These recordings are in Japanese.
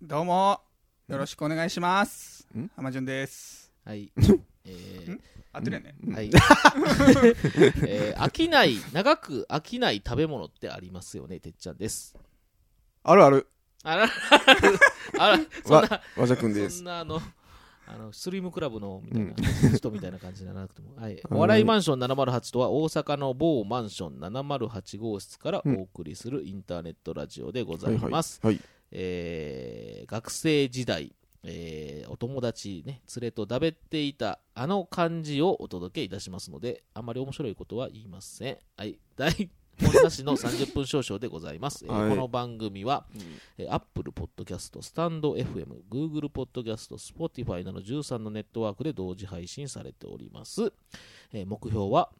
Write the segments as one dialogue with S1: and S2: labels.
S1: どうもよろしくお願いします
S2: ん
S1: 浜潤です
S3: はい。え
S1: 合ってるよね
S3: ー、はい。 えー、飽きない、長く飽きない食べ物ってありますよね、てっちゃんです。
S2: あるある。
S3: あら、あら、そん
S2: わ
S3: な、、
S2: わじゃくんで
S3: そん
S2: す。
S3: なあの、あのスリムクラブのみたいな、人みたいな感じにならなくても、はい、
S2: うん
S3: お笑いマンション708とは大阪の某マンション708号室からお送りするインターネットラジオでございます、
S2: はいはいはい
S3: えー学生時代、えーお友達、ね、連れとだべっていたあの感じをお届けいたしますのであまり面白いことは言いませんはい大森なし の30分少々でございます、えー
S2: はい
S3: この番組は、えー Apple Podcast、Stand FM、Google Podcast、Spotify など13のネットワークで同時配信されております。えー目標は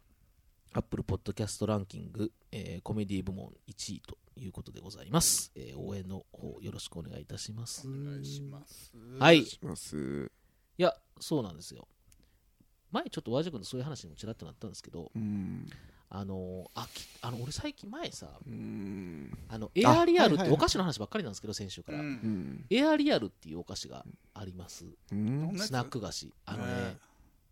S3: Apple Podcast ランキング、えーコメディ部門1位ということでございます。えー応援の方よろしくお願いいたします。
S1: お願いします
S3: はい。い
S2: します。
S3: や、そうなんですよ。前ちょっと和君のそういう話にもちらっとなったんですけど、
S2: うん。
S3: あのーあきあの俺最近前さ、
S2: うん。
S3: あのエアリアルっ
S2: は
S3: て
S2: いはいはい
S3: お菓子の話ばっかりなんですけど、先週
S1: う
S3: から。
S1: ん
S2: ん。
S3: エアリアルっていうお菓子があります。
S2: うん。
S3: スナック菓子あのね、
S1: え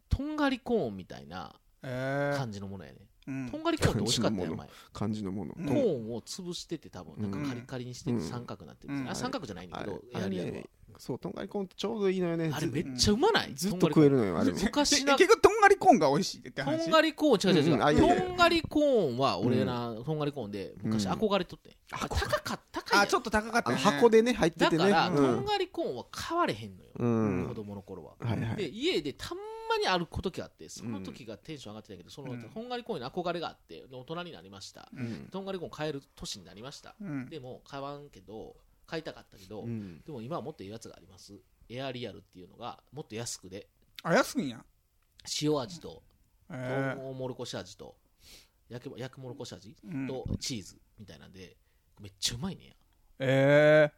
S3: とんがりコーンみたいな
S1: えー
S3: 感じのものやね、
S1: うん
S3: とんがりコーンって美味しかったやん
S2: 感
S3: 前
S2: 漢字のもの。
S1: うん
S3: コーンを潰してて多分なん
S2: うん
S3: かカリカリにして
S2: う
S3: て
S2: ん
S3: 三角になってる、
S1: うん
S3: あ三角じゃないんだけど
S2: あれ
S3: エアリアル
S2: あれねそう、とんがりコーンってちょうどいいのよね。
S3: はあれめっちゃうまない
S2: ずずっ
S3: と
S2: と
S3: んがり
S2: 食えるのよ、あれも。
S3: 昔
S1: で
S3: な
S1: え結局とんがりコーンが美味しいって
S3: と
S1: 話
S3: んがりコーン違う違う違
S2: うんあいやいうやいや
S3: とんがりコーンは俺な、とんがりコーンで昔
S2: うん
S3: 憧れとって、あ高かった高いやん
S1: あちょっと高かっ
S2: あ
S1: た
S2: の
S1: ね
S2: 箱でね、入って
S3: だ
S2: て
S3: か
S2: ね。
S3: ら、
S2: う
S3: とん
S2: ん。
S3: がりコーンは買われへんのよ、
S2: うん
S3: 子。供の頃は、
S2: はいは
S3: で
S2: い。
S3: 家でたんまにある時があってその時がテンション上がってたけど、その
S1: うん
S3: とんがりコーンに憧れがあって大人になりました、
S1: うん
S3: とんがりコーン買える年になりました、
S1: うん
S3: でも買わんけど買いたかったけど、
S2: うん。
S3: でも今はもっといいやつがありますエアリアルっていうのがもっと安くで
S1: あ安いんや
S3: 塩味と
S1: え
S3: トウモロコシ味と焼き焼きもろこし味
S1: ーうん
S3: とチーズみたいなんでめっちゃうまいねや
S1: え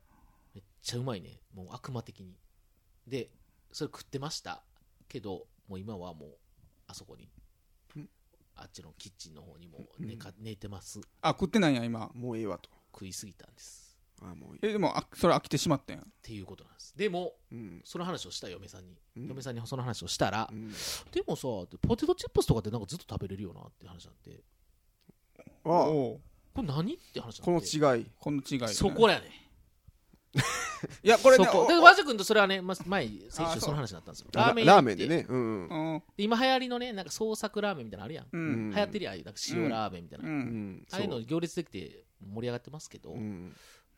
S3: めっちゃうまいねもう悪魔的にでそれ食ってましたけどもう今はもうあそこに
S2: うん
S3: あっちのキッチンの方にもう寝か寝てます
S1: ーあ食ってないんや今
S2: もうええわと。
S3: 食いすぎたんです
S2: あ、もういい。
S1: えでもあそれ飽きてしまったんや
S3: っていうことなんですでも
S2: うん。
S3: その話をした嫁さんに、
S2: うん
S3: 嫁さんにその話をしたら、
S2: うん
S3: でもさってポテトチップスとかってなんかずっと食べれるよなって話になって
S2: あ
S1: おう
S3: これ何って話に
S2: こ
S3: な
S2: の
S3: って
S2: 違い。
S1: この違いね
S3: そこやね
S1: いやこれ
S3: そ
S1: ね
S3: こで
S1: お
S3: 和く君とそれはねま前先
S1: あそ
S3: 週
S1: う
S3: その話になったんですよ
S2: ラ
S3: ラー
S2: ラ
S3: メン
S2: ーメン
S3: 行
S2: で
S3: って
S2: ね。うん。
S1: うん
S3: 今流行りのねなんか創作ラーメンみたいなのあるやん
S1: うん
S3: 流行ってりゃああいうなんか塩ラーメンみたいな、
S1: う
S2: うんん。
S3: ああいうの
S2: そ
S3: 行列できて盛り上がってますけど、
S2: ううん。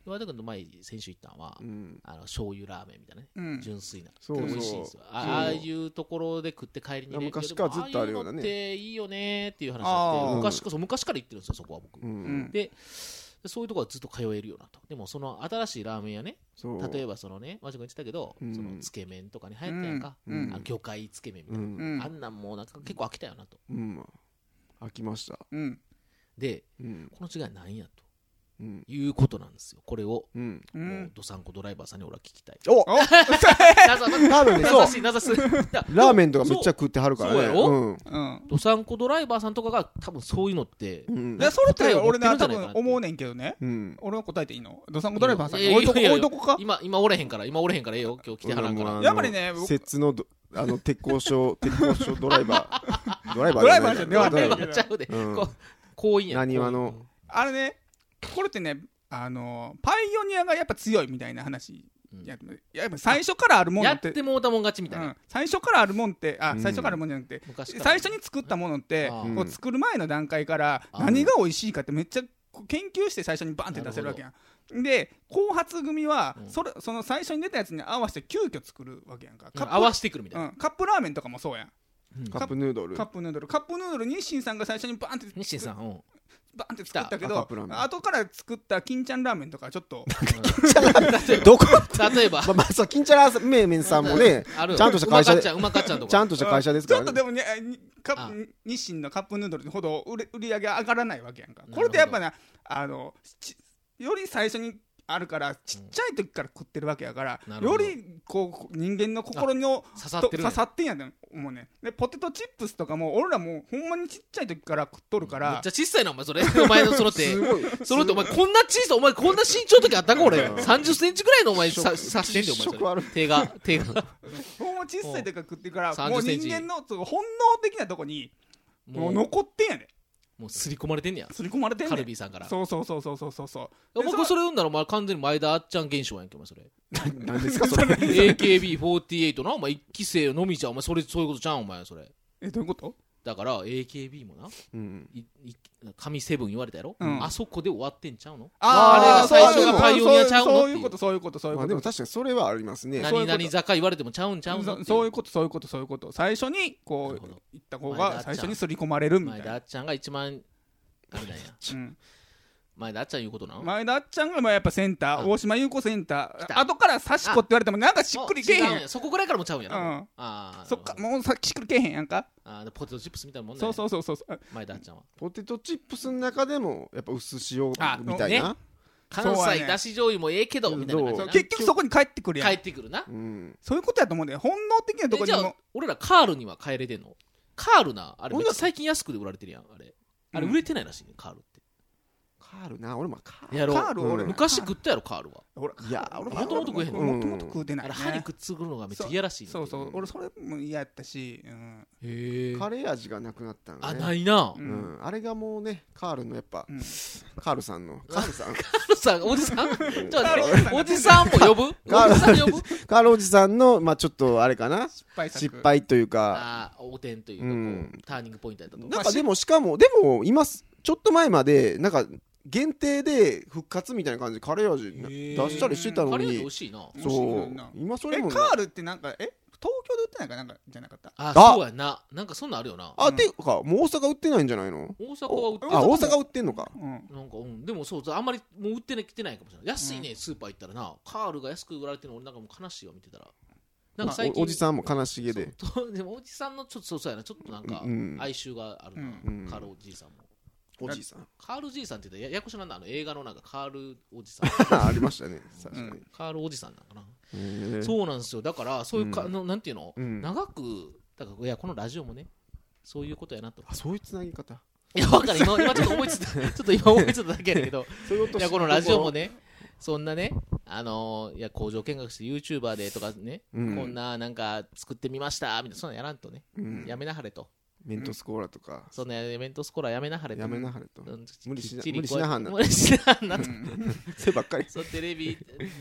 S3: 岩田君の前に先週行ったのは、
S2: うん。
S3: あの醤油ラーメンみたいなね、
S1: うん
S3: 純粋な
S2: そうそう
S3: 美味しいんですよあ
S2: そう
S3: ああいうところで食って帰りに、ね、
S2: 昔からずっとあるような
S3: いやでもああいうのっ
S2: ね
S3: ていいよねっていう話
S1: あ
S3: になっ
S1: ー
S3: て昔からそう昔から行ってるんですよそこは僕、
S2: う
S1: うんん
S3: でそういうところはずっと通えるようなとでもその新しいラーメン屋ね
S2: そう。
S3: 例え
S2: ば。
S3: ばそのねマジ君言ってたけど、
S2: うん
S3: そのつけ麺とかに流行ったやんか、
S2: うん
S3: あの魚介つけ麺みた
S2: う
S3: いな、
S2: ん
S1: う。
S3: あ
S1: ん
S3: んなんもうなんか結構飽きたよなと
S2: うん。飽きました。
S1: うん
S3: で
S2: うん。
S3: この違いなんやと
S2: うん。
S3: いうことなんですよこれを
S2: うん。
S1: う
S3: もうんドサンコドライバーさんに俺は聞きたい。
S2: お
S1: お
S3: なざ
S2: 多分ね、
S3: な
S2: そう
S3: ざ。しいなざしい。だ
S2: ラーメンとかめっちゃ食ってはるからね。
S3: そうやろ
S2: うん
S1: うん
S3: ドサンコドライバーさんとかが多分そういうのって。
S2: うん
S1: いやそれって俺
S3: 答
S1: な多
S3: えを持ってるんじゃないかな
S1: 分
S3: って
S1: 思うねんけどね
S2: うん。
S1: 俺は答えていいのドサンコドライバーさん
S3: いやいや
S1: 置いとこ
S3: いやい
S1: 置
S3: や
S1: いとこか
S3: 今、今おれへんから、今おれへんからええよ。今日来てはらんか
S2: もうあ
S3: ら
S2: の。
S1: やっぱりね僕
S2: 摂津のどあの鉄鋼所、鉄鋼所ドライバー。ドライバー
S1: ドライバー
S3: ド
S1: じ
S3: ラ
S1: ゃ
S3: イ
S1: ね
S3: バーちゃうで。
S2: うん
S3: こう、こういいんや。
S2: なにわの
S3: こういいんや。
S1: あれね、これってね、あのパイオニアがやっぱ強いみたいな話
S3: うん
S1: や、やっぱ最初からあるもの
S3: や
S1: っ、
S3: っててもうたもん勝ちみたいうな。
S1: ん最初からあるもんって、あ
S2: うん
S1: 最初からあるもんじゃなくて、
S3: 昔から
S1: 最初に作ったものって、
S3: あ
S1: こ
S3: あ
S1: う作る前の段階から、
S3: あ
S1: 何が美味しいかって、めっちゃこう研究して最初にバンって出せるわけやん。で、後発組は
S3: うん
S1: それ、その最初に出たやつに合わせて、急遽作るわけやんか。
S3: う
S1: カ
S3: ん合わ
S1: ッ
S3: してくるみ
S1: プ,、
S3: た
S1: う
S3: い
S1: ん、カップラーメンとかもそうやん。
S3: な。
S2: カップヌードル
S1: カッ。プヌードル、カップヌードル、日清さんが最初にバンって
S3: 西さん、う ん。
S1: バンって作ったけ
S2: 来たあカッ
S1: ど
S2: プラーメン
S1: 後から作った金ちゃんラーメンとかはちょっ と
S2: どこ
S3: 例えば、
S2: まあまあ、そう、金ちゃらめ麺さんもね、
S3: ある
S2: ちゃんとした会社
S3: うまか
S2: で
S3: っちゃん、うまかっちゃんと
S2: ちゃ
S3: か。
S2: んとした会社ですか
S1: ちょっと
S2: らね
S1: で。もねあにカップ日清のカップヌードルほど売れ売り上げ上がらないわけやんかこれってやっぱねあのちより最初にあるからちっちゃい時から食ってるわけやから、
S3: なるほ
S1: よ
S3: ど
S1: りこう人間の心の
S3: 刺さっ
S1: と
S3: てるね
S1: 刺さってんやね思うねでポテトチップスとかも俺らもうほんまにちっちゃい時から食っとるか
S3: めっ
S1: ら
S3: ちゃ小さいなお前それお前のその手
S2: すごい
S3: その手お前こんな小さいお前こんな身長の時あったか俺
S2: うん
S3: 30センチぐらいのお前さ刺してんでお前それ
S2: 食ある
S3: 手が手 が
S1: ほんま小さい時から食ってるから
S3: 30
S1: もう
S3: セ
S1: 人
S3: ンチ
S1: 間のそう本能的なとこにも
S3: も
S1: う
S3: う
S1: 残ってんやで
S3: もう刷り込まれて んねや
S1: すり込まれてん
S3: カ
S1: ね
S3: ル
S1: ん
S3: ビーさんから
S1: そうそうそうそうそうそうそう
S3: お前これそれ読んだらお前完全に前田あっちゃん現象やんけお前 それ
S2: 何ですかそれ
S3: AKB48 なお前一期生のみじゃんお前それそういうことじゃんお前それ
S1: えどういうこと
S3: だから AKB もな
S2: うん
S3: いい神セブン言われたやろ、
S1: うん
S3: あそこで終わってんちゃうの
S2: あーあれが最初が
S3: パイオニアちゃうの
S1: そう
S3: って
S1: い
S3: いう
S1: うことそういうことそういう
S2: ま
S1: こ
S2: あでも
S1: と
S2: 確かにそれはありますね
S1: そういう
S3: 何
S1: こと
S3: 々坂言われてもちゃうんちゃうのって
S1: そそういうことそういうことそういうこと最初に
S3: な
S1: こ
S3: る
S1: う
S3: ほど
S1: 行った方
S3: 前田あ
S1: が
S3: っちゃん
S1: 最初にすり込まれるみたい
S3: 前田あ
S1: な
S3: っちゃんが一番あれなんや
S1: うん
S3: 前田あっちゃん言うことなの
S1: 前田あっちゃんがまあやっぱセンタ
S3: あ
S1: ー大島優子センタ
S3: 来
S1: ー
S3: た
S1: 後から刺し子って言われてもなんかしっくりけえ
S3: あ違うん
S1: へん
S3: やそこぐらいからもちゃうんやな、
S1: うん
S3: あー
S1: そっか
S3: なる
S1: もうさしっくりけえへんやんか
S3: ほどあーポテトチップスみたいなもんね
S1: そうそうそうそうそう
S3: 前田あっちゃんは
S2: ポテトチップスの中でもやっぱ薄塩みたい
S3: あ
S2: な、
S1: そうやね
S3: 関西だし醤油もええけどみたいな感じ
S2: そ
S3: や
S2: う
S3: な
S1: 結局そこに帰ってくるやん
S3: 帰ってくるな
S2: うん、
S1: そういうことやと思うんだよ本能的なとこ
S3: えじ
S1: に
S3: ゃあ
S1: も
S3: 俺らカールには帰れてんのカールなあれ
S2: ほんな
S3: め
S2: ら
S3: っちゃ最近安くで売られてるやんあれあれ
S1: うん
S3: 売れてないらしいねカールって
S2: カールな俺もカール
S3: やろ
S1: カール俺
S2: うん
S3: 昔食ったやろカールは
S1: ほら
S2: いや俺
S3: もともと食えへんの
S1: もともと食うてない
S3: あ
S1: ね
S3: れ歯にくっつくのがめっちゃ嫌らしいねんて
S1: そうそう俺それも嫌やったしうん
S3: へえ
S2: カレー味がなくなったのね
S3: あないな
S1: う
S2: うんん、あれがもうねカールのやっぱ、
S1: うん
S2: カールさんのカールさん
S3: カールさんおじさんちょっと待
S1: カール
S3: っ
S1: さ
S3: て
S1: ん
S3: おじさんも呼ぶ
S2: カー
S3: お
S2: ル
S3: じさん呼ぶ
S2: カールおじさんのまあちょっとあれかな
S1: 失敗作
S2: 失敗というか
S3: ああおてんといううんかこうターニングポイントやったと
S2: なんかでもしかもでも今すちょっと前までなんか限定で復活みたいな感じでカレー味な
S3: へー
S2: 出したりしてたの
S3: カレー味美
S2: に
S3: 味しいな
S1: 味しい
S2: そ
S1: 美味しいな
S2: う今それ
S1: え
S2: も
S1: カ
S2: な
S1: ールってなんかえ東京で売ってないかなんかじゃなかった
S3: あ
S2: あ
S3: そうやななんかそんなんあるよな
S2: あ、
S1: うん
S2: ていうかもう大阪売ってないんじゃないの
S3: 大阪は売って
S2: あ大阪売ってんのか
S1: うん
S3: なんか、うん、でもそう、あんまりもう売ってね、来てないかもしれない。安いね、スーパー行ったらな、カールが安く売られてるの、俺なんかもう悲しいわ、見てたら。なんか最近、
S2: おおじ
S3: ん
S2: さんも悲しげで
S3: でもおじさんのちょっとそうそうやな、ちょっとなんか、
S2: うん
S3: 哀愁があるな、
S2: うん
S3: カールおじいさんも。
S2: おじいさん
S3: カールじいさんって言ったらや、ややこしなんだ、あの映画のなんか、カールおじさん。
S2: ありましたね確かに
S3: カールおじさんなのかな。
S2: へー
S3: そうなんですよ、だから、そういうか、
S2: うん
S3: のなんていうの、
S2: うん
S3: 長く、だから、いや、このラジオもね、そういうことや なと。
S2: あそういうつなぎ方
S3: いや、わかる、今、今ちょっと思いついた、 ちょっと今思いついただけやねんけど、
S2: そういうこと
S3: いやこのラジオもねそんなねあのーいや工場見学して YouTuber でとかね、
S2: うん
S3: こんななんか作ってみましたみたいなそんなんやらんとね、
S2: うん
S3: やめなはれと
S2: メントスコーラとか
S3: そんなイベントスコーラやめなはれと
S2: やめなはれと
S3: うん
S2: 無理しな
S3: きっちり
S2: 無理しなはんな
S3: こう無理しなはんな と
S2: そればっかり
S3: そうテレビ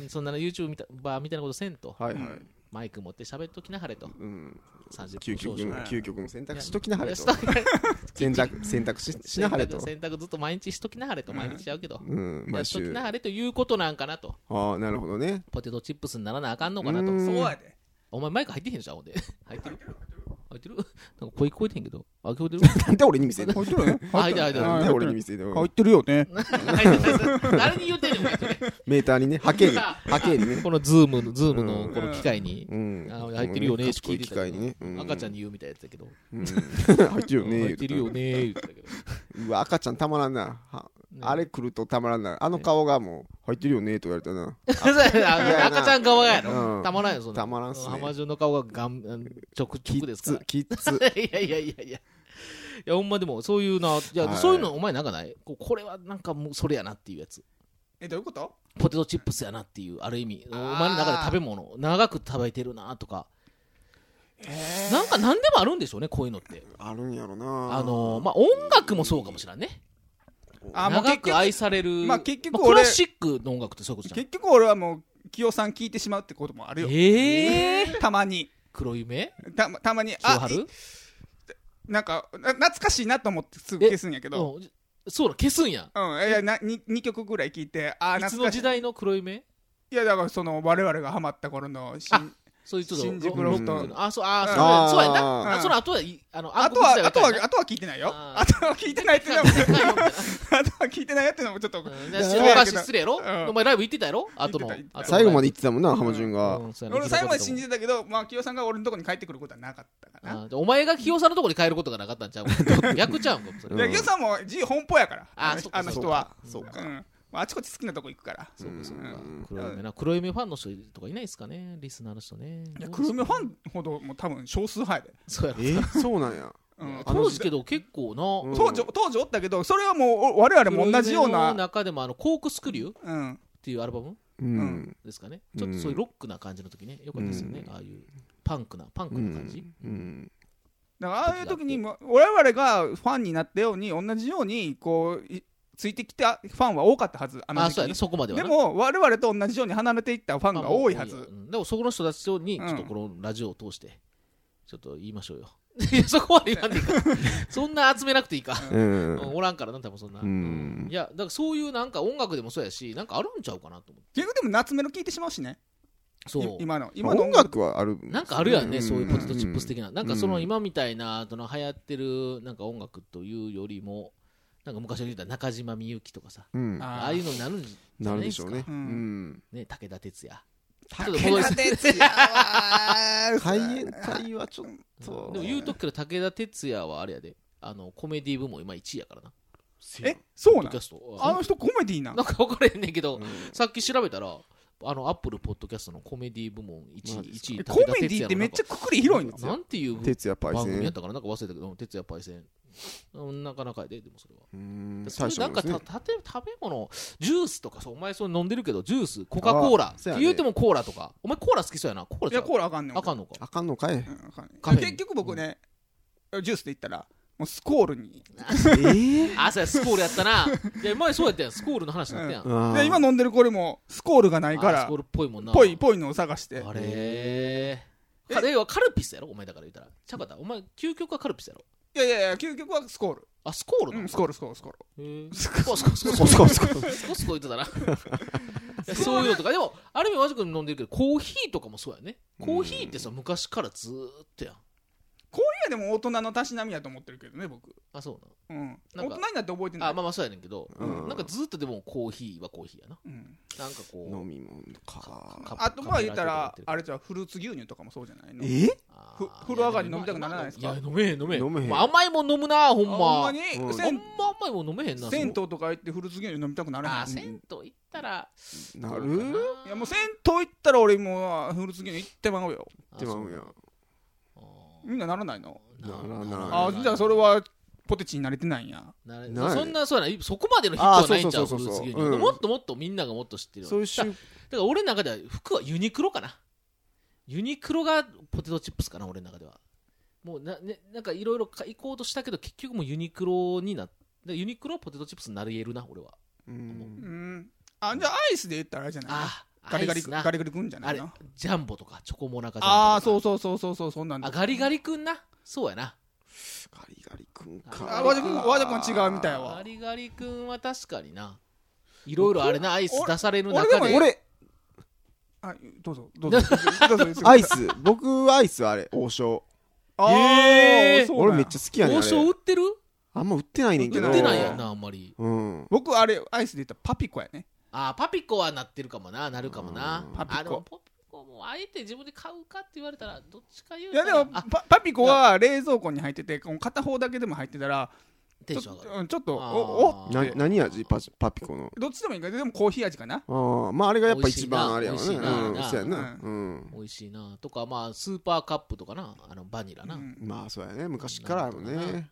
S3: そんなの YouTube みたバーみたいなことせんと、
S2: はいはい
S3: マイク持って喋っときなはれと
S2: うん
S3: 30
S2: 究
S3: 分少
S2: 極
S3: 々
S2: の
S1: 々
S2: 究極の選択しときなはれと
S3: いやしときな
S2: 選択選択ししなはれと
S3: 洗濯ずっと毎日しときなはれと毎日ちゃうけど、
S2: うん
S3: や
S2: 毎
S3: っとき
S2: 週
S3: な
S2: あ
S3: はれということなんかなと
S2: あなるほどね
S3: ポテトチップスにならなあかんのかなと
S2: うん
S1: そうやで
S3: お前マイク入ってへんじゃん、ほんで。入ってる入ってるなんか声聞こえてへんけど。あ、聞こえてる
S2: なんで俺に見せん の
S1: 入ってるよね
S3: 入ってる入ってる
S2: なんで俺に
S1: 入
S2: 見せんの
S1: ってるよね
S3: 入ってる誰に言ってんねん、お前それ
S2: メーターにね波 形に波形にね
S3: このズームの、ズームのこの機械に、
S2: うん
S3: あ入ってるよねって聞
S2: 賢
S3: い
S2: い
S3: て
S2: 機
S3: たけ
S2: 械
S3: ど、
S2: にねう
S3: 赤ちゃんに言うみたいなやつだけど。
S2: うん入ってるよ ね
S3: 入ってるよね言ってたけど。
S2: うわ赤ちゃんたまらんなは
S3: ね
S2: あれ来るとたまらんなあの顔がもう入ってるよねと言われたな
S3: そうや
S2: 嫌
S3: な
S2: やな
S3: 赤ちゃん側や
S2: う
S3: ろ。
S2: ん
S3: たまらんよ、そんな。
S2: たまらんっすね
S3: 浜中の顔ががん、ちょくちょくですから。
S2: キッズ
S3: いやいやいやいや。いやほんまでもそういうな、いや
S2: はい
S3: そういうのお前なんかないここれはなんかもうそれやなっていうやつ。
S1: えどういうこと
S3: ポテトチップスやなっていうある意味お
S1: あー
S3: 前の中で食べ物長く食べてるなとか
S1: え
S3: なんか何でもあるんでしょうねこういうのって
S2: あるんやろな
S3: あのーまあ音楽もそうかもしれんね
S1: あもう
S3: 長
S1: 結
S3: く
S1: 局
S3: 愛される
S1: まあ結局
S3: まあク
S1: 俺
S3: ラシックの音楽ってそういうことじゃん
S1: 結局俺はもう清さん聞いてしまうってこともあるよ
S3: ええ
S1: たまに
S3: 黒夢
S1: たまたまに
S3: 清
S1: あい
S3: 春
S1: なんかな懐かしいなと思ってすぐ消すんやけど
S3: うんそうだ消すんや
S1: うんいやな 2, 二曲ぐらい聞いてあ
S3: いつ
S1: 懐
S3: の
S1: かしい
S3: 時代の黒夢
S1: いやだからその我々がハマった頃の新
S3: あそういうちょっと
S1: 新宿
S2: ロ
S1: ロ
S2: フ
S1: フ
S2: ト
S1: ト、
S3: あそうあそう
S2: あー
S3: そうやんな
S1: う
S3: あ
S1: ん
S3: その後はいあの
S1: あとはあとはあとは聞いてないよ
S3: あー
S1: あとは聞いてないっていうのも あとは聞いてないよっていうのもちょっと
S3: 昔失礼やろ
S1: うん
S3: お前ライブ行ってたやろ後の
S1: 行ってた行ってた
S3: 後の
S2: 最後まで言ってたもんな浜潤が、
S3: うんそうやな
S1: 俺最後まで信じてたけどまあ清さんが俺のとこに帰ってくることはなかったかな
S3: あーお前が清さんのところに帰ることがなか ったんちゃうか逆ちゃうんかそれ
S1: いや清さんも自由奔放やから
S3: あ
S1: の
S3: そっか
S1: あの人は
S2: そう
S1: うんあちこち好きなとこ行くから
S3: そうかそうか
S1: うん
S3: 黒夢な黒夢ファンの人とかいないですかねリスナーの人ね
S1: いや
S3: ど
S1: 黒
S3: うですか
S1: 夢ファンほどもう多分少数派やで、
S3: そうやろ
S2: えそうなんや
S1: うん、
S3: 当時けど結構な
S2: うん
S1: 当時当時おったけどそれはもう我々も同じよう
S3: 黒夢
S1: な、
S3: の中でもあのコークスクリューっ
S1: うん、
S3: ていうアルバム
S2: うん
S3: ですかねちょっとそういうロックな感じの時ねよかったですよね
S2: うん
S3: ああいうパンクなパンクな感じ
S2: うん
S1: だからああいう時にも我々がファンになったように同じようにこういついてきたファンは多かったはずあの
S3: あ
S1: 時
S3: そうや
S1: 期
S3: ねそこまで
S1: で
S3: はな
S1: も我々と同じように離れていったファン
S3: あ
S1: が
S3: もう
S1: 多いは
S3: や
S1: ず
S3: うんでもそこの人たちに
S1: う
S3: ちょ
S1: ん
S3: っとこのラジオを通してちょっと言いましょうよ いやそこまで言わんでいいかそんな集めなくていいか
S2: う
S3: うんんおらんからな多分そんな
S2: う
S3: うん
S2: ん
S3: いやだからそういうなんか音楽でもそうやしなんかあるんちゃうかなと思って
S1: 結局でも夏メロ聞いてしまうしね
S3: そう
S1: い今の
S2: ま
S1: 今
S2: あ
S1: の
S2: 音楽はある
S3: なんかあるやんね、そういうポテトチップス
S2: 的
S3: 的な、なんかその
S2: うん
S3: 今みたいな、その流行ってるなんか音楽というよりも、なんか昔言った中島みゆきとかさ、
S2: うん
S1: あー
S3: ああいうのになるんじゃ
S2: な
S3: ない
S2: るで
S3: で
S2: し
S3: す
S2: ょ
S3: か、
S2: うね
S3: ね
S1: う
S2: うんん
S3: 武田鉄矢。
S1: 武
S3: ちょっと戻
S1: 田
S3: す
S1: 鉄矢は
S2: 会員会はちょっと
S3: でも言うとくけど、武田鉄矢はあれやで、あのコメディ部門今1位やからな、
S1: えそう
S3: ポッ
S1: な
S3: ド
S1: ん
S3: キャスト。
S1: あの人コメディーな
S3: なんか分からへんねんけど、
S2: うん
S3: さっき調べたら、あのアップルポッドキャストのコメディ部門1
S2: マ
S3: 位、
S2: ジです
S3: 1位
S1: えコメディーってめっちゃくくり広いの
S3: なんかなんていう
S2: 哲也パイ
S3: 番
S2: セ
S3: 組やっ
S2: ン
S3: たからなんか忘れたけど、鉄矢パイセン。うんなかなかやで、でもそれは。
S2: うん
S3: それ
S2: 大した
S3: な
S2: も
S3: ん
S2: ん
S3: か
S2: で
S3: た
S2: す
S3: 例え
S2: ね
S3: ば食べ物ジュースとかさお前そう飲んでるけどジュースコカ・コーラ
S2: あそうやね
S3: 言うてもコーラとかお前コーラ好きそうやなコーラ
S1: い
S3: ちゃ
S1: や
S3: う
S1: コーラあかんねん
S3: あかんのか
S2: あかんのかい
S1: うんあかんねん
S3: カフェイン
S1: 結局僕ねジュースで言ったらもうスコールに
S2: ええ
S3: あそうやスコールやったないや前そうやったやんスコールの話になったやん、
S1: で今飲んでるこれもスコールがないか
S3: あス
S1: ら
S3: コールっぽいもんな
S1: ぽいぽいのを探して
S3: あれーあれはカルピスやろお前だから言ったらちゃうかったお前究極はカルピスやろ
S1: いやいやいや究極はスコール
S3: あスコールな
S1: う
S3: の、
S1: んスコールスコールスコール
S3: へー
S1: ス
S3: スコスコスコスコスコスコスコ言ってたないやそういうのとかでもある意味和く君飲んでるけどコーヒーとかもそうやねコーヒーってさ昔からずーっとやん
S1: こういうのはでも大人のたしなみやと思ってるけどね僕、
S3: あそうなの
S1: うん、
S3: な
S1: 大
S3: ん
S1: 人
S3: か
S1: になって覚えてない
S3: あまあまあそうやねんけど、
S2: うん
S3: なんかずっとでもコーヒーはコーヒーやな
S1: うん
S3: なんかこ
S2: 飲
S3: う
S2: み物か
S1: あとまあ言ったらあ
S3: れ
S1: れじゃフルーツ牛乳とかもそうじゃないの
S2: え
S1: ふ風呂上がり飲みたくならないですか
S3: いや飲めへん飲めへん
S2: 飲めへん
S3: まあ甘いもん飲むなほんま
S1: ほんまに
S2: うん
S1: せ
S3: ほん
S1: ん
S3: ま甘いもん飲めへんな
S1: 銭湯とか行ってフルーツ牛乳飲みたくなら
S3: あ
S1: な
S3: ー
S1: い
S3: 銭湯行ったら
S2: な
S3: どうか
S2: る
S1: いやもう銭湯行ったら俺もうフルーツ牛乳行ってまうよ
S3: あ
S2: ってまうやん
S3: そう
S1: みんなならないの
S3: あー
S2: ならない
S1: あーじゃあそれはポテチに慣れてないんや
S3: な
S2: な
S3: る
S2: い
S3: そんなそうやなそこまでのヒットはないんちゃう
S2: あそうそうそうそう
S3: フルーツ牛乳
S2: うん
S3: もっともっとみんながもっと知ってる
S2: そういう
S3: だ
S2: 習
S3: から俺の中では服はユニクロかなユニクロがポテトチップスかな俺の中ではもうな,、ね、なんかいろいろ行こうとしたけど結局もうユニクロになってユニクロはポテトチップスになり得るな俺は
S2: う
S1: うんんあじゃあアイスで言ったらあれじゃない
S3: ああ
S1: ガリガリ
S3: アイスな
S1: ガリガリくんじゃな
S3: あ
S1: い
S3: れ
S1: の
S3: ジャンボとかチョコモナカジャンボとか
S1: ああそうそうそうそうそうそんなん
S3: あガリガリくんなそうやな
S2: ガリガリ君
S3: あ
S2: か
S1: あ和田君和田君は違うみたいわ
S3: ガリガリくんは確かにないろいろあれなアイス出される
S1: 俺で
S3: 中
S1: も
S3: で
S2: 俺
S1: あどうぞどうぞどうぞどうぞ
S2: アイス僕アイスあれ王将
S1: あー
S3: へー
S1: そうなんや
S2: 俺めっちゃ好きやねん
S3: 王
S2: あれ
S3: 将売ってる
S2: あんま売ってないねんけど
S3: 売ってないやん
S1: ん
S3: なあんまり
S2: うん
S1: 僕あれアイスで言ったらパピコやね
S3: あーパピコはなってるかもななるかもな
S2: うん
S1: パピコ
S3: あでもパピコもあえて自分で買うかって言われたらどっちか言う
S1: い
S3: た
S1: や
S3: ら
S1: でも
S3: あ
S1: パパピコは冷蔵庫に入っててこの片方だけでも入ってたら
S3: テ
S1: ちょ
S3: ン
S1: っ
S3: シ
S1: と
S3: ョン上がる
S1: うんちょっと
S3: あー
S1: おお
S2: な
S1: って
S2: 何味パパピコの
S1: どっちでもいいけどでもコーヒー味かな
S2: ああまああれがやっぱ一番あれやわ
S3: 美
S2: ね
S3: 味しいな美味し
S2: うんそう
S3: いな
S2: やなうん
S3: 美味しいなとかまあスーパーカップとかなあのバニラな、
S1: うん
S2: まあそうやね昔からあるね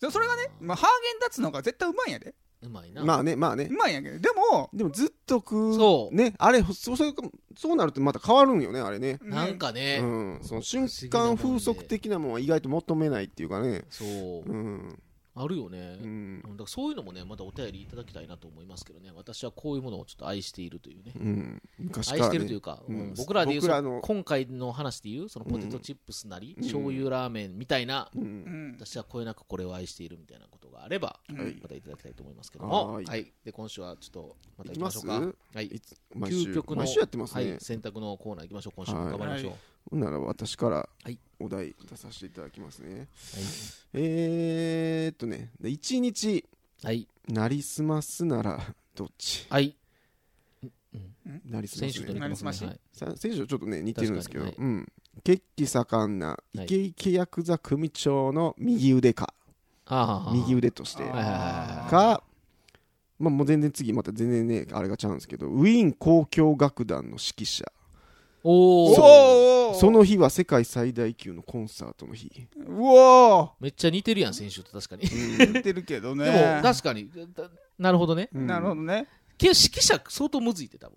S1: でそれがね、まあ、ハーゲンダッツの方が絶対うまいんやで
S3: うまいな、
S2: まあねまあね
S1: うまいんやけどでも、
S2: でもずっと食う
S3: そう
S2: ねあれそうそうそうなるとまた変わるんよねあれね
S1: ね
S3: なんかね、
S2: うんその瞬
S3: 不思議なもん
S2: 間
S3: で
S2: 風速的なもんは意外と求めないっていうかね
S3: そう、
S2: うん
S3: あるよね、
S2: う
S3: うん
S2: ん
S3: だからそういうのもねまたお便りいただきたいなと思いますけどね私はこういうものをちょっと愛しているというね
S2: うん昔か
S3: 愛
S2: ら
S3: してるとい
S2: ね
S3: うか、
S2: うん
S3: うん僕らでいう
S2: 僕ら
S3: その
S2: の
S3: 今回の話でいうそのポテトチップスなり、
S2: うん
S3: 醤油ラーメンみたいな、
S2: うん
S1: うん、
S3: 私はこえなくこれを愛しているみたいなことがあれば、
S2: はい
S3: またいただきたいと思いますけども、は
S2: はいい
S3: で今週はちょっとまた行きましょうか
S2: 行き
S3: はい
S2: いつ毎週
S3: 究極の
S2: 毎週やってます
S3: は
S2: ね
S3: い、選択のコーナー行きましょう今週も
S2: はい
S3: 頑張りましょう、
S1: は
S2: ほんなら私から
S3: はい
S2: お題出させていただきますね
S3: はい
S2: えーっとねで一日
S3: はい、
S2: なりすますなら どっち
S3: はい、
S2: なりす
S3: 選
S2: ま
S3: 手
S2: す
S3: と
S2: ね
S3: 似
S1: な
S3: てますね
S1: りすまし
S3: はい
S2: さ選手とちょっとね似てるんですけど、
S3: 確か
S2: うん血気盛んないイケイケヤクザ組長の右腕か、
S3: ああ
S2: 右腕として
S1: あー
S3: はいはいはいはい
S2: かまあ、もう全然次また全然ねあれがちゃうんですけどウィーン交響楽団の指揮者
S3: お
S1: おー
S3: お
S2: その日は世界最大級のコンサートの日
S1: うおー
S3: めっちゃ似てるやん先週と確かに、
S1: 言ってるけどね
S3: でも確かにだなるほどね
S2: うん
S1: なるほどね
S3: けど指揮者相当むずいって多分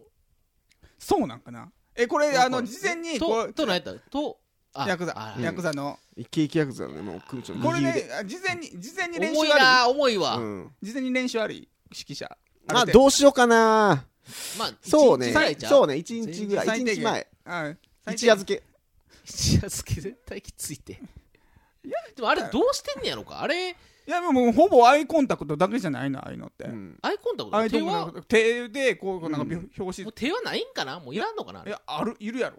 S1: そうなんかなえこれあの事前にことう
S3: と何やったとあ
S1: ヤクザ
S3: あ
S1: ヤクザの
S2: イケイケヤクザのねもう組長の
S1: これ
S2: 右腕
S1: ねあ事前に事前に練習
S3: 重い
S1: あ
S3: な重いわ、
S2: うん、
S1: り事前に練習あり指揮者
S2: まあ
S1: う
S2: どうしようかな
S3: まあ
S2: そうね
S3: 一日ぐらいちゃ
S2: そう
S3: う
S2: ね一日ぐらい
S1: 最低限
S2: 一日前
S1: うん最低
S2: 一夜漬け
S3: 一夜漬け絶対きついってでもあれどうしてんねやろかあれ
S1: いやでももうほぼアイコンタクトだけじゃないなああいうのって
S2: うん
S3: アイコンタクト
S1: ああい
S3: だ
S1: うとこ
S3: 手
S1: な
S3: は
S1: んか手でこうなんか
S2: うん
S1: 表
S3: も
S1: 紙
S3: う手はないんかなもういらんのかない
S1: やあるいるやろ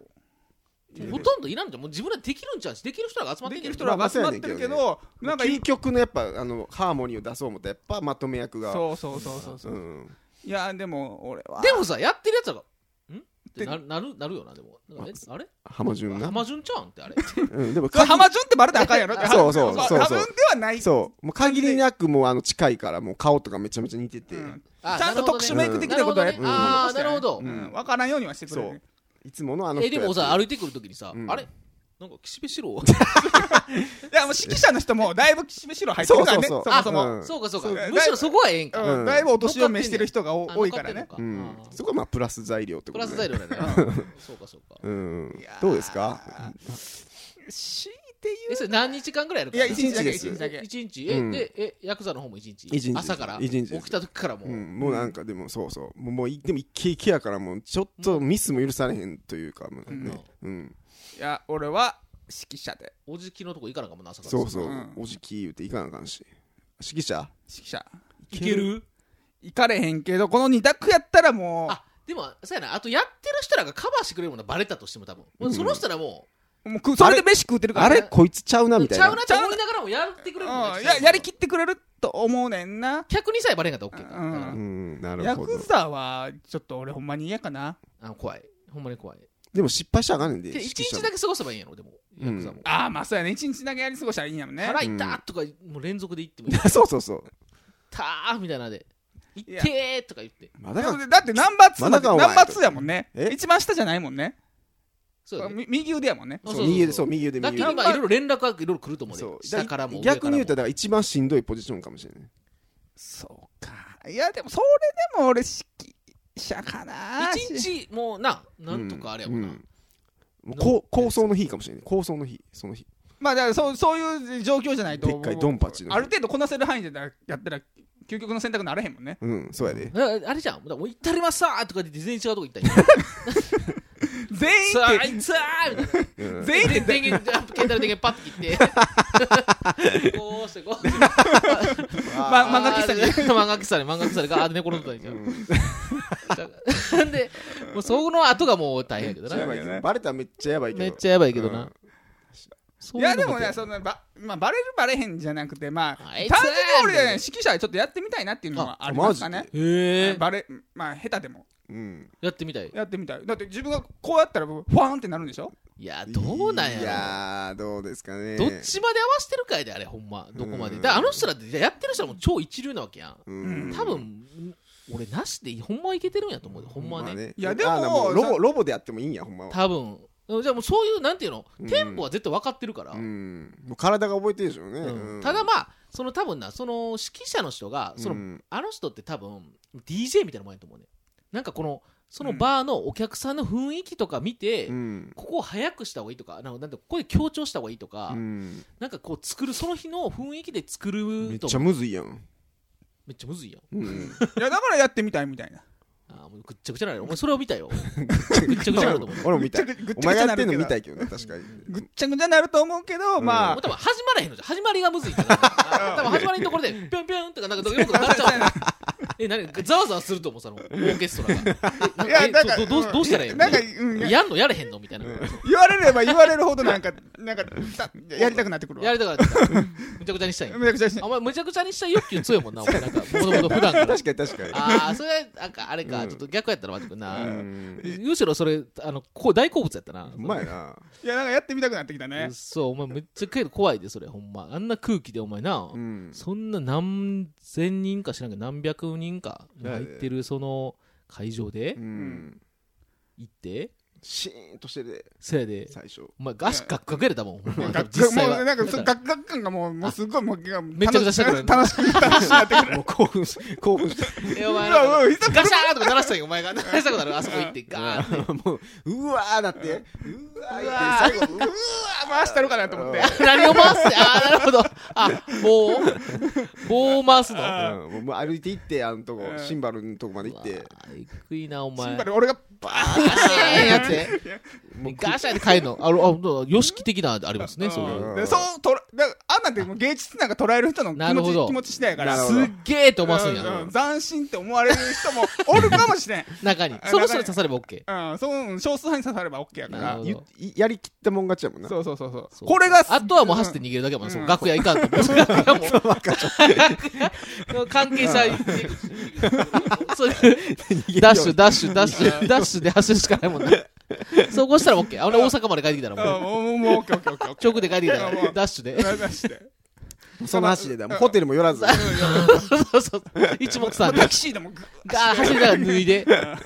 S3: ほとんどいらんじゃんもう自分らできるんちゃうしできる人らが集まっ
S1: で
S3: て
S1: き
S3: んね
S1: る
S3: ん
S1: 人
S2: は
S1: らが集まってるけどなんかい
S2: 究
S1: い
S2: 極のやっぱあのハーモニーを出そう思ったらやっぱまとめ役が
S1: そうそうそうそうそううんいやでも俺は
S3: でもさやってるやつらがんって
S1: で
S3: ななるなるよなでもなんかえあれ
S2: 浜潤な、
S3: 浜順ちゃうんってあれ
S2: うん、でも
S1: それ浜順ってバレたらあかんやろ
S2: そうそうそうそう
S1: 浜順ではない
S2: そうもう限りなくもうあの近いからもう顔とかめちゃめちゃ似てて、
S1: うん
S3: あ
S1: ちゃんと特殊メイク的なことはやっ
S3: な
S1: て
S3: るほどねああなるほど
S1: うん分からんようにはしてくれ
S2: そう
S1: る
S2: いつものあの人
S3: えでも
S2: や
S3: さ
S2: って
S3: 歩いてくるときにさ
S2: うん
S3: あれなんか岸辺四 郎
S1: いやもう指揮者の人もだいぶ岸辺四郎入ってるからね
S2: そう
S1: そ
S2: そ
S1: も
S2: うそう
S1: そも
S2: うん
S3: そうかそうか
S1: そう
S3: むしろそこはええんか
S1: うんだいぶお年を召してる人が多
S3: あ
S1: 多いからね
S3: 残っ
S2: う
S3: てんの
S2: ん
S3: かあ、ー
S2: そこはまあプラス材料って
S3: プ
S2: こと、ね、
S3: ラス材料だ ねそうかそうか
S2: うん
S1: いやー
S2: どうですか
S1: 強いて言
S3: えそれ何日間ぐらいやるか
S1: いや一
S2: 日だけ
S3: 一日だけ
S1: 一
S3: 一日え
S2: うん
S3: でえヤクザの方も一日
S2: 一日です
S3: 朝から
S2: 一日です
S3: 起きた時からも
S2: う、
S3: うん
S2: もうなんかでもそうそうもうもういでも一気一気やからもうちょっとミスも許されへんというかもうね、うん
S1: ういや俺は指揮者で
S3: おじきのとこ行かなあかんもんな朝から
S2: そうそう、
S1: うん
S2: おじき言うていかなあかんし指揮者
S1: 指揮者
S3: いける
S1: 行かれへんけどこの二択やったらも
S3: あでもそうやなあとやってる人らがカバーしてくれるものはバレたとしても多分もうその人らも
S1: うもうくそれで飯食うてるから
S2: あ
S1: ね
S2: れこいつちゃうなみ
S3: う
S2: たい
S3: ち
S2: な
S3: ゃうなって思いながらもやってくれるもん
S1: う
S3: ね
S1: んいややりきってくれると思うねんな
S3: 客にさえバレんかったら OK か
S1: うん
S3: だから
S2: うんなる
S1: ヤ
S2: ほど
S1: クザはちょっと俺ほんまに嫌かな
S3: あの怖いほんまに怖い
S2: でも失敗したらあかんねんで
S3: けど一
S2: 指揮者
S3: 日だけ過ごせばいいんやろでもヤクザも
S1: ああまあそうやね一日だけやり過ごしたらいいんやもんね
S3: 腹痛ーとかもう連続で行ってもいい
S2: そうそうそう
S3: たーみたいなんで行ってーとか言って
S2: まだ
S1: だ
S2: か
S1: だってナンバーツー
S2: まだかお前
S1: ナンバーツーやもんね
S2: え
S1: 一番下じゃないもんね
S3: そうだね
S1: み右腕やもんね
S3: あそう
S2: そ
S3: そうう
S2: 右腕そう右腕
S3: だけ
S2: 右
S3: ど
S2: 腕
S3: 今いろいろ連絡がいろいろ来ると思う
S2: そ
S3: ね
S2: う
S3: 下からも上からも
S2: 逆に言うたらだから一番しんどいポジションかもしれない
S1: そうかいやでもそれでも俺指揮者かな
S3: 一日もうななんとかあれやもんな、
S2: うもうこう構想の日かもしれない構想の日その日
S1: まあだからそうそういう状況じゃないと
S2: でっかいドンパチの
S1: ある程度こなせる範囲でだやったら究極の選択になれへんもんね
S2: うんそうやで
S3: ああれじゃん、だからもう行ったりますさーとかで全然違うとこ行 ったり、
S1: 全員
S3: さ
S1: っ
S3: あ、いつさーみたいな、
S2: うん
S1: て全員で
S3: 電源、携帯の電源パッと切 って、こうして、こうして、
S1: ま漫画喫茶に
S3: に、漫画喫茶に、漫画喫茶でガーッて寝転んでたんじゃんですよ。で、もうその後がもう大変やけど
S2: や
S3: な、
S2: ばいけどバレたらめっちゃやばいけど
S3: めっちゃやばいけどな。そ
S1: いう
S3: う
S1: や
S3: の
S1: で
S3: も
S1: もねそのば、まあ、バレるバレへんじゃなくてまあ
S3: あいつ
S1: 単純に俺ね指揮者ちょっとやってみたいなっていうのはありますか
S2: あマ
S1: ね
S2: ジ
S3: へえ、
S1: バレまあ下手でも
S2: うん
S3: やってみたい。
S1: やってみたいだって自分がこうやったらファーンってなるんでしょ
S3: いや、どうなん
S2: い
S3: や
S2: やーどうですかね
S3: ろ。どっちまで合わせてるかいで、あれ、ほんま、どこまで。
S2: うん
S3: だからあの人らって、やってる人はもう超一流なわけやん。
S2: うん
S3: 多分俺なしでほんまはいけてるんやと思うでほんまはね,、
S1: いやでも
S2: あーうロボロボでやってもいいんやほんまは
S3: 多分じゃあもうそういうなんていうの、
S2: うん
S3: テンポは絶対分かってるから、
S2: うんもう体が覚えてるでしょうね
S3: うん
S2: うん
S3: ただまあその多分なその指揮者の人がその、
S2: うん
S3: あの人って多分 DJ みたいなもんやと思うねなんかこのそのバーのお客さんの雰囲気とか見て、
S2: うん
S3: ここを早くした方がいいとかなんかなんてここで強調した方がいいとか、
S2: うん
S3: なんかこう作るその日の雰囲気で作ると思う
S2: めっちゃむずいやん
S3: めっちゃむずいやん
S2: うん
S1: いやだからやってみたいみたいな
S3: あーもうぐっちゃぐちゃなるよお前それを見たよぐっちゃぐちゃなると思う
S2: 俺も見たい
S1: ぐっちゃぐ
S2: お
S1: ちゃ
S2: 前
S1: ぐ
S2: が
S1: ちゃ
S2: や
S1: な
S2: って
S1: る
S2: ん
S1: けど
S2: の見たいけどね確かに
S1: ぐっちゃぐちゃなると思うけど、ま
S3: もう
S1: あ
S3: 多分始まらへんのじゃん始まりがむずいから多分始まりのところでぴょんぴょんとかなんかよくなっち ゃうえ何ざわざわすると思うそのオーケストラが
S1: い
S3: え
S1: やなん
S3: な
S1: ん
S3: か
S1: か
S3: えどどうどうしたらいいの
S1: なんか、うん、
S3: やんのやれへんのみたいな
S1: 言われれば言われるほどなんかなんか たやりたくなってくる
S3: や
S1: わ
S3: りたからってさむちゃくちゃにしたいんや
S1: めちゃくち ゃし
S3: お前むちゃくちゃにしたい欲求強い もんなお前なんかもともと普段から
S2: 確かに確かに
S3: ああそれなんかあれ
S2: う
S3: か
S2: ん
S3: ちょっと逆やったら待ってくん
S2: う
S3: なんむしろそれあのこう大好物やったな
S2: うまいない
S1: やなんかやってみたくなってきたね
S3: そうお前めっちゃけど怖いでそれほんまあんな空気でお前な
S2: うん
S3: そんな何千人か知らんけど何百人人か
S2: はいは
S3: 入
S2: い
S3: ってるその会場で
S2: うん
S3: 行って
S2: シーンとしてて
S3: そやで
S2: 最初
S3: お前ガシカクかけれたもんほんま
S1: ガッ
S3: 実際
S1: も
S3: は
S1: うなんかそ
S3: だ
S1: う
S3: か
S1: ガッガッ感がもうもうすごいもうめ
S3: めちゃくちゃしてくる
S1: 楽しく楽しくなって くる
S2: もう興奮し 興奮して
S3: らえお前
S1: うわうわ痛
S3: ガシャーとか鳴らしたんよお前が鳴らしたくなるあそこ行ってガーッて
S2: もううわーだってうわー
S1: うわ
S2: だって最後うわ
S1: あ回したるかなと思って
S3: 何を回すってああなるほどあ棒を棒を回すのうわ
S1: あ
S2: うん、もう歩いて行ってあのとこ、
S1: うん
S2: シンバルのとこまで行って
S3: あゆっくりなお
S1: シン
S3: 前
S1: バ
S3: ガ
S1: ル俺がバーン
S3: シャーンやってガシャーって帰るのあのあ様式的なありますねそういう
S1: うんでそうとらだからあんなんてもう芸術なんか捉える人の気
S3: なるほ
S1: 持
S3: ど
S1: ち気持ち次第やから
S2: なるほ
S3: す
S2: ど
S3: っげえと思わすんや
S1: うう斬新って思われる人もおるかもしれん、
S3: 中に
S1: あ
S3: その人に刺されば OK
S1: うん、その少数派に刺されば OK やか
S3: なる
S1: ら
S3: ほど
S2: ゆやりきったもん勝ちやもんな
S1: そうそうそうそう
S3: そう
S1: これが
S3: あとはもう走って逃げるだけやもんなその楽屋行かんと楽屋も関係者そうダッシュダッシュダッシュダッシュで走るしかないもんなそうこうしたら OK あ俺大阪まで帰ってきたら
S1: う
S3: もうん
S1: もうもう OKOKOK
S3: 直で帰ってきたか
S1: いやも
S3: ら
S1: う
S3: ダッシュで
S1: 流して
S2: その足でだもうホテルも寄ら ず
S3: そうそう一目散で
S1: タキシーでもグ
S3: ガーッ走りながら脱いであ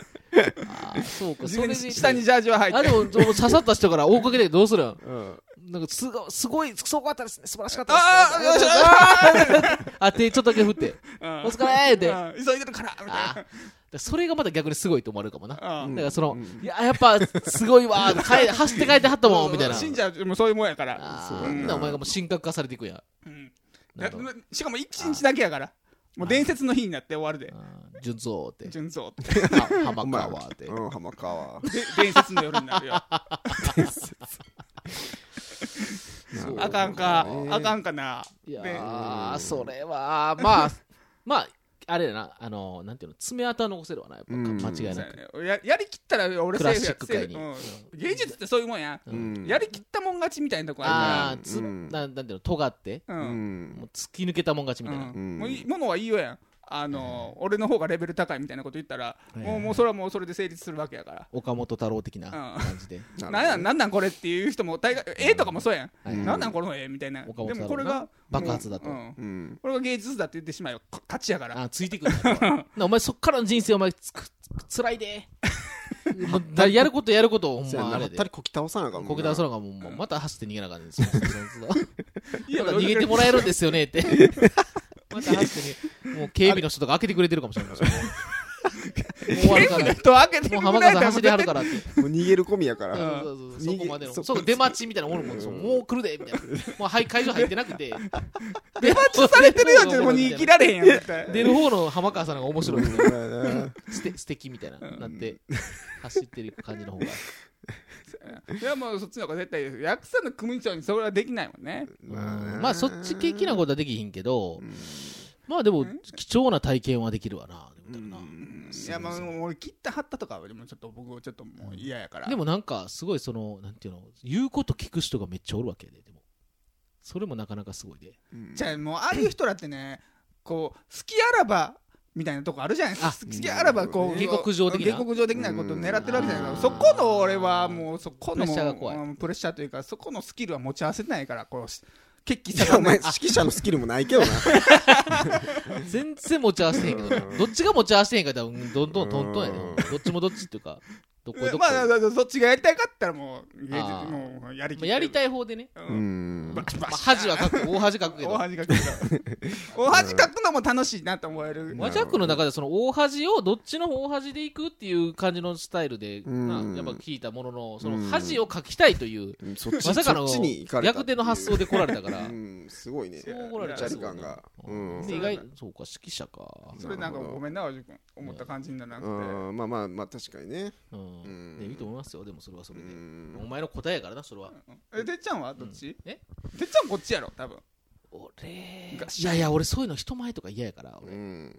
S3: ーそうかそれで
S1: 下にジャージは入
S3: あ
S1: っ
S3: で
S1: て
S3: もでも刺さった人から追いかけてどうするん
S2: うん
S3: なんかすごすごい、すごかったですね、素晴らしかったです、
S1: あ
S3: ね。
S1: あよいしょ
S3: あ手ちょっとだけ振って、
S1: うん
S3: お疲れーって、あ
S1: うん急いでるからみ
S3: あ
S1: たい
S3: ーそれがまた逆にすごいと思われるかもな。だか
S1: なうん
S3: らその、
S2: うん
S3: いや、やっぱすごいわー帰走って帰ってはったもん、みたいな。
S1: 信者はもうそういうもんやから
S3: あ
S2: そう
S3: ー
S2: だ
S3: み
S2: なん
S3: なお前がもう神格化されていくやん。
S1: うん
S3: なるほど
S1: だしかも一日だけやからもう伝説の日になって終わるで
S3: あー順蔵って、
S1: 純蔵って
S3: は浜
S2: お前
S3: 川って。
S2: うん浜川
S1: で伝説の夜になるよ
S3: そう
S1: あかんか
S2: そうね
S1: あかんかない
S3: や
S2: う
S3: ー、
S2: ん
S3: それは、まあ、 まあ、あれやな、あの、なんていうの、爪痕は残せるわな、やっぱ、
S2: うん
S3: 間違いなく。
S1: そうやねやりきったら俺
S3: ク
S1: セー
S3: ラ
S1: フ
S3: シ
S1: や
S3: ック界に。
S1: うん
S3: うん
S1: 芸術ってそういうもんや
S2: うん
S1: やりきったもん勝ちみたいなとこあ
S3: あ
S1: る
S3: ーつ、
S2: うん
S3: なんなんていうの尖って
S1: から
S2: う
S1: うん
S2: ん
S3: もう突き抜けたもん勝ちみたい
S1: う
S3: な、
S1: ん
S2: ん
S1: もういいものはいいよやんあの俺の方がレベル高いみたいなこと言ったら
S3: いはい
S1: もうもうそれはもうそれで成立するわけやから
S3: 岡本太郎的な
S1: うん
S3: 感じで、
S1: なん
S2: なるほ
S1: な
S2: ど
S1: んなんなんこれっていう人も大概絵とかもそうやん
S3: はい
S2: うん
S1: なんなんこの絵みたいなで
S3: 岡本太郎
S1: も
S3: な
S1: これが
S3: 爆発だと
S1: うん
S2: うん
S1: これが芸術だって言ってしまえばか勝ちやから
S3: あついてくる ななお前そっからの人生お前つくつらいでもうだやることやることほん
S2: せや
S3: ま
S2: な
S3: あ
S2: は
S3: れ
S2: っ
S3: で
S2: たりこき倒さなあかんもんな
S3: こけた空がもうもうまた走って逃げなあかんねんそうそうそうそう
S1: いや
S3: また逃げてもらえるんですよねって また走って逃げもう警備の人とか開けてくれてるかもしれないそれもうもう終わるから
S1: と開けて
S3: もう
S1: も
S3: 浜
S1: ら
S3: 田
S1: え
S3: さ
S1: たら
S3: ん走りはるからって
S2: もう逃げる込みやから
S1: ん
S3: そうそうそうそ
S2: 逃
S3: こ
S2: げ
S3: までの
S2: そ
S3: そう出待ちみたいなのおるもんそうもう来るでみたいなもうはい会場入ってなくて 出待
S1: 絶対されてるよって もう逃げ切られへんやん絶対
S3: 出る方の浜川さんの方が面白いですね
S2: そうやな
S3: すて素敵みたいななって走ってる感じの方が
S1: いやもうそっちの方が絶対いいです役者の組長にそれはできないもんね
S3: うんまあそっち的なことはできひんけどまあでも貴重な体験はできるわなでもな
S1: うんいやまあもう俺切った貼ったとかはでもちょっと僕はちょっともう嫌やから
S3: でもなんかすごいそのなんていうの言うこと聞く人がめっちゃおるわけやででもそれもなかなかすごいで
S2: うん
S1: じゃあもうああいう人らってねこう好きあらばみたいなとこあるじゃないです
S3: あ
S1: か好きあらばこう
S3: 下克上的な
S1: 下克上的なことを狙ってるわけじゃない
S3: うん
S1: そこの俺はもうそこの
S3: プレッシャーが怖い
S1: うんプレッシャーというかそこのスキルは持ち合わせてないから こうし決起
S2: い
S1: し
S2: や
S1: た
S2: お前
S1: ね
S2: 指揮者のスキルもないけどな
S3: 全然持ち合わせてへんけどなどっちが持ち合わせてへんか多分どんどんトントンやで
S2: うん
S3: どっちもどっちっていうかどっこいどっこい
S1: まあ
S3: ま
S1: だからそっちがやりたかったらもう芸術
S3: あー
S1: もうやりきっ
S3: あ
S1: て
S3: やりたい方でね
S1: う
S2: うんん
S1: バチバ
S3: まあ
S1: チ
S3: 恥はかく大恥かくけど
S1: 大恥かく大恥かくのも楽しいなと思える
S3: マジャックの中でその大恥をどっちの大恥でいくっていう感じのスタイルでな
S2: うん
S3: やっぱ聞いたもののその
S2: うん
S3: 恥をかきたいという
S2: そっち
S3: まさかの
S2: そっちに行かれた
S3: 逆転の発想で来られたから
S2: うんすごいね
S3: そう来られ
S2: チ
S3: た
S2: ャ
S3: らす
S2: リ
S3: ごい
S2: 感
S3: な
S2: がうん
S3: で意外そうか指揮者か
S1: それなんかごめんな和く君思った感じにならなくて
S2: うんまあまあまあ確かにね
S3: うん
S2: うん
S3: ねいいと思いますよでもそれはそうれで
S2: ん
S3: お前の答えやからなそれは
S1: えてっちゃんはどっち
S3: え
S1: てっちゃんこっちやろ多分
S3: 俺
S1: ガシャ
S3: いやいや俺そういうの人前とか嫌やから
S2: う
S3: 俺
S2: ん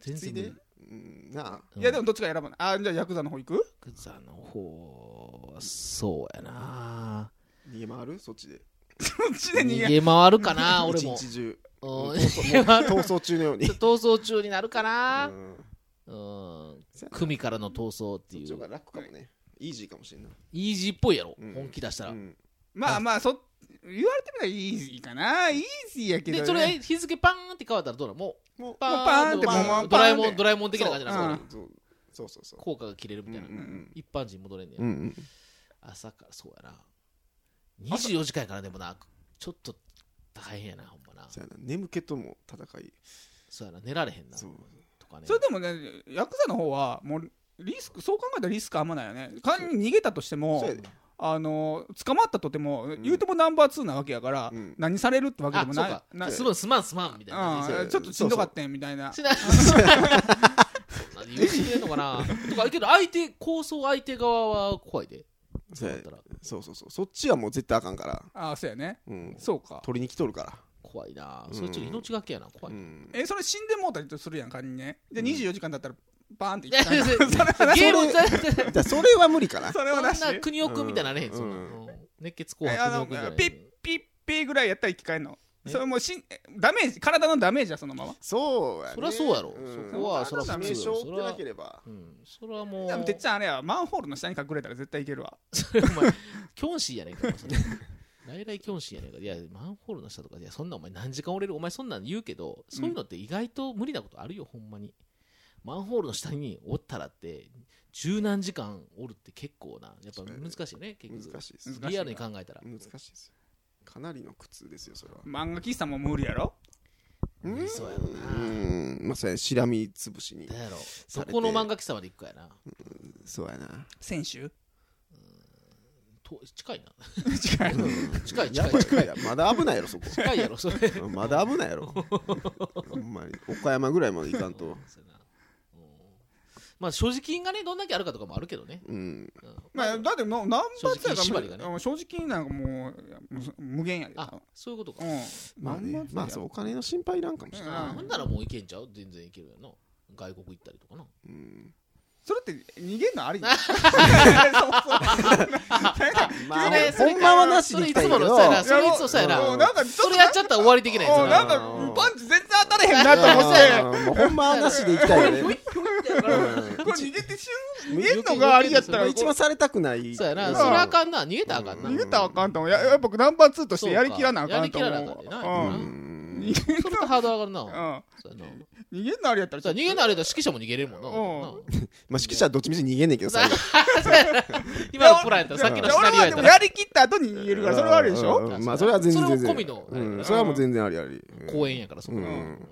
S3: 全
S2: つい
S3: 然
S2: でうんなあ
S1: いやで
S3: も
S1: もどっちか選ばないあじゃあヤクザの方行く
S3: クザの方はそうやな
S2: 逃げ回るそっちで
S1: こっちで逃げ
S3: 逃げ回るか な俺
S2: 一
S3: も
S2: 日中
S3: うん
S2: 逃走中のように
S3: ちょっと逃走中になるかな
S2: うん
S3: うん
S2: そやな
S3: 組からの逃走って
S2: そっ
S3: い
S2: ちの
S3: う
S2: 方が楽かもねイージーかもしれんない
S3: イージーっぽいやろ、
S2: うん
S3: 本気出したら、
S2: うん
S1: まあまあそ言われてみたらイージーかなイージーやけど
S3: で
S1: ね
S3: それ日付パーンって変わったらどうなのもう
S2: もう
S1: パーンって
S3: まあ
S1: もうパーンって
S3: ドラえもん、ドラえもん的な感じなんです
S1: う
S3: か
S1: ん
S3: これ
S2: そうそうそう
S3: 効果が切れるみたいな、
S2: うんうん
S3: 一般人戻れんねや、
S2: うんうん
S3: 朝からそうやな24時間やからでもなちょっと大変やなほんまな
S2: そうやな眠気とも戦い
S3: そうやな寝られへんな
S2: そう
S3: とかね
S1: それでもねヤクザの方はもうリスクそう考えたらリスクあんまないよね仮に逃げたとしても
S2: そうやで
S1: あの捕まったとても、
S2: ん
S1: 言うてもナンバー2なわけやから、
S2: うん
S1: 何されるってわけで
S3: あ
S1: も
S3: そう
S1: ない
S3: か
S1: な
S3: すまんすまんすまんみたいな感じで
S1: うんちょっとしんどかったんやみたいな
S3: しないそんな言うてくれんのかなとかけど相手構想相手側は怖いで
S2: そうや
S3: だったら
S2: そうそうそうそっちはもう絶対あかんから
S1: ああそうやね
S2: うん
S1: そうか
S2: 取りに来とるから
S3: 怖いなそれちょっと命がけやな怖い、
S2: うん
S1: えそれ死んでもうたりとするやん仮にねで24時間だったらバーンって
S3: い
S1: い
S3: や
S1: っ
S3: い
S1: たら
S3: や
S1: そ
S3: それ芸能人
S2: だからそれは無理かな
S1: れ
S3: そ
S1: は
S3: ん
S1: なし
S3: な国奥みたいなのあれへん、
S2: うん
S3: そんなの熱血紅
S1: えあの
S3: 白
S1: ピ
S3: 国奥み
S1: ッ
S3: たいな
S1: ピッピーぐらいやったら生き返るの
S3: え
S1: それもうしんダメージ体のダメージはそのまま
S2: そうやね
S3: そりゃそうやろそこは
S2: あ
S3: そりゃ
S2: な
S3: 普
S2: た名
S3: 通
S2: 称
S3: よ
S2: を追ってなければ
S3: うん、それはもう
S1: でもてっちゃんあれやマンホールの下に隠れたら絶対いけるわ
S3: それお前キョンシーやねんかそれ来来キョンシーやねんかいやマンホールの下とかいやそんなお前何時間折れるお前そんなん言うけどそういうのって意外と無理なことあるよ、ほんまにマンホールの下におったらって十何時間おるって結構なやっぱ難しいよね結局
S2: 難しいです
S1: 難しい
S3: リアルに考えたら
S2: 難しいですよかなりの苦痛ですよそれは
S1: 漫画喫茶も無理やろ
S2: うん
S3: そうやろ
S2: う
S3: な、
S2: んまさにしらみつぶしに
S3: だやろそこの漫画喫茶まで行くかやな
S2: そうやな
S1: 選 手
S3: と近いな
S1: 近い
S3: 近い近
S2: や
S3: い
S2: ばい
S3: 近い
S2: やばいまだ危ないやろそこ
S3: 近いやろそれ
S2: まだ危ないやろほんまに岡山ぐらいまで行かんと
S3: そうやなうんまあ所持金がねどんだけあるかとかもあるけどね、
S2: うん
S3: うん
S1: まあだってもう何発や
S3: 正直縛
S1: か
S3: りがね
S1: らもう正直なんかもういやもう無限やで
S3: あそういうことか、
S1: うん
S2: まあね
S1: 何発や
S2: まあそうお金の心配いらんかもしれ
S3: あ
S2: な
S3: ー
S1: うん
S3: ほんならもういけんちゃう全然いけるやんな外国行ったりとかない
S2: うん
S1: それって逃げんのあ りそうそう
S3: それそ
S2: まあ
S3: れ
S2: ほんまはなしで行きたいけ
S3: それいつも
S2: ど
S3: のさやな
S1: やろ
S3: それいつもそうやな
S1: うんなんかちょ
S3: そ
S1: っと
S3: れやっちゃったら終わりできないやつ
S1: お
S3: や
S1: う
S3: な
S1: なんん
S2: か
S1: か
S2: うん
S1: パンチ全然当たれへんなと思 って
S2: うんもうほんまはなしで行きたいよね
S1: これ逃げてしゅん逃げんのがありやった
S2: まあ
S1: ら
S2: 一番されたくない
S3: そうやな
S1: うん
S3: それあかんな逃げたらあかんな
S1: 逃げたらあかんと思うややっぱナンバー2としてやりきらなあかんと思う
S3: そうかやりきらなあか
S1: うん
S3: んでな
S2: うん
S1: 逃げん
S3: それとハードル上がるな
S1: の
S3: そうやな
S1: うん逃げんのありやったら
S3: そうや逃げない間指揮者も逃げれるもんな
S1: う
S2: まあ指揮者はどっちみち逃げんねんけど
S3: な
S2: さ
S3: あそうやな 今のプランやったらさっき
S1: じ
S3: の
S1: ゃあ
S3: シナ
S1: 俺
S3: リオや
S1: は
S3: っ
S1: で
S3: た
S1: も
S3: ら
S1: やりきった後に逃げるからそれはあるでし
S2: う
S1: ょ
S2: んうんまあそれは全然全然
S3: それも込みの
S2: うんそれはもう全然ありあり
S3: 公演やからそこ
S2: う
S3: は
S2: ん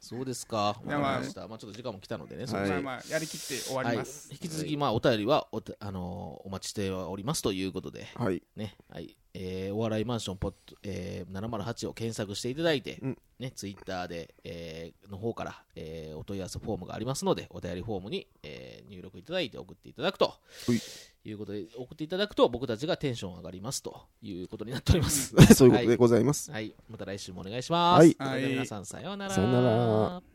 S3: そうですかわか
S1: い
S3: り
S1: やまあ
S3: ましたまあちょっと時間も来たのでねそ
S2: は
S3: の
S2: い
S1: まあまあやりきって終わ
S3: はい
S1: り
S3: 引
S1: ます
S3: き続きまあお便りはおたあのーお待ちしておりますということで
S2: はい
S3: ねはいえーお笑いマンションポッド、えー708を検索していただいて、
S2: うん
S3: ね、ツイッターで、えーの方から、えーお問い合わせフォームがありますのでお便りフォームに、えー入力いただいて送っていただくと
S2: ほい
S3: いうことで送っていただくと僕たちがテンション上がりますということになっております。
S2: そういうことでございます
S3: はい、また来週もお願いします。
S2: はい
S3: それでは皆さんさようなら。
S2: さようなら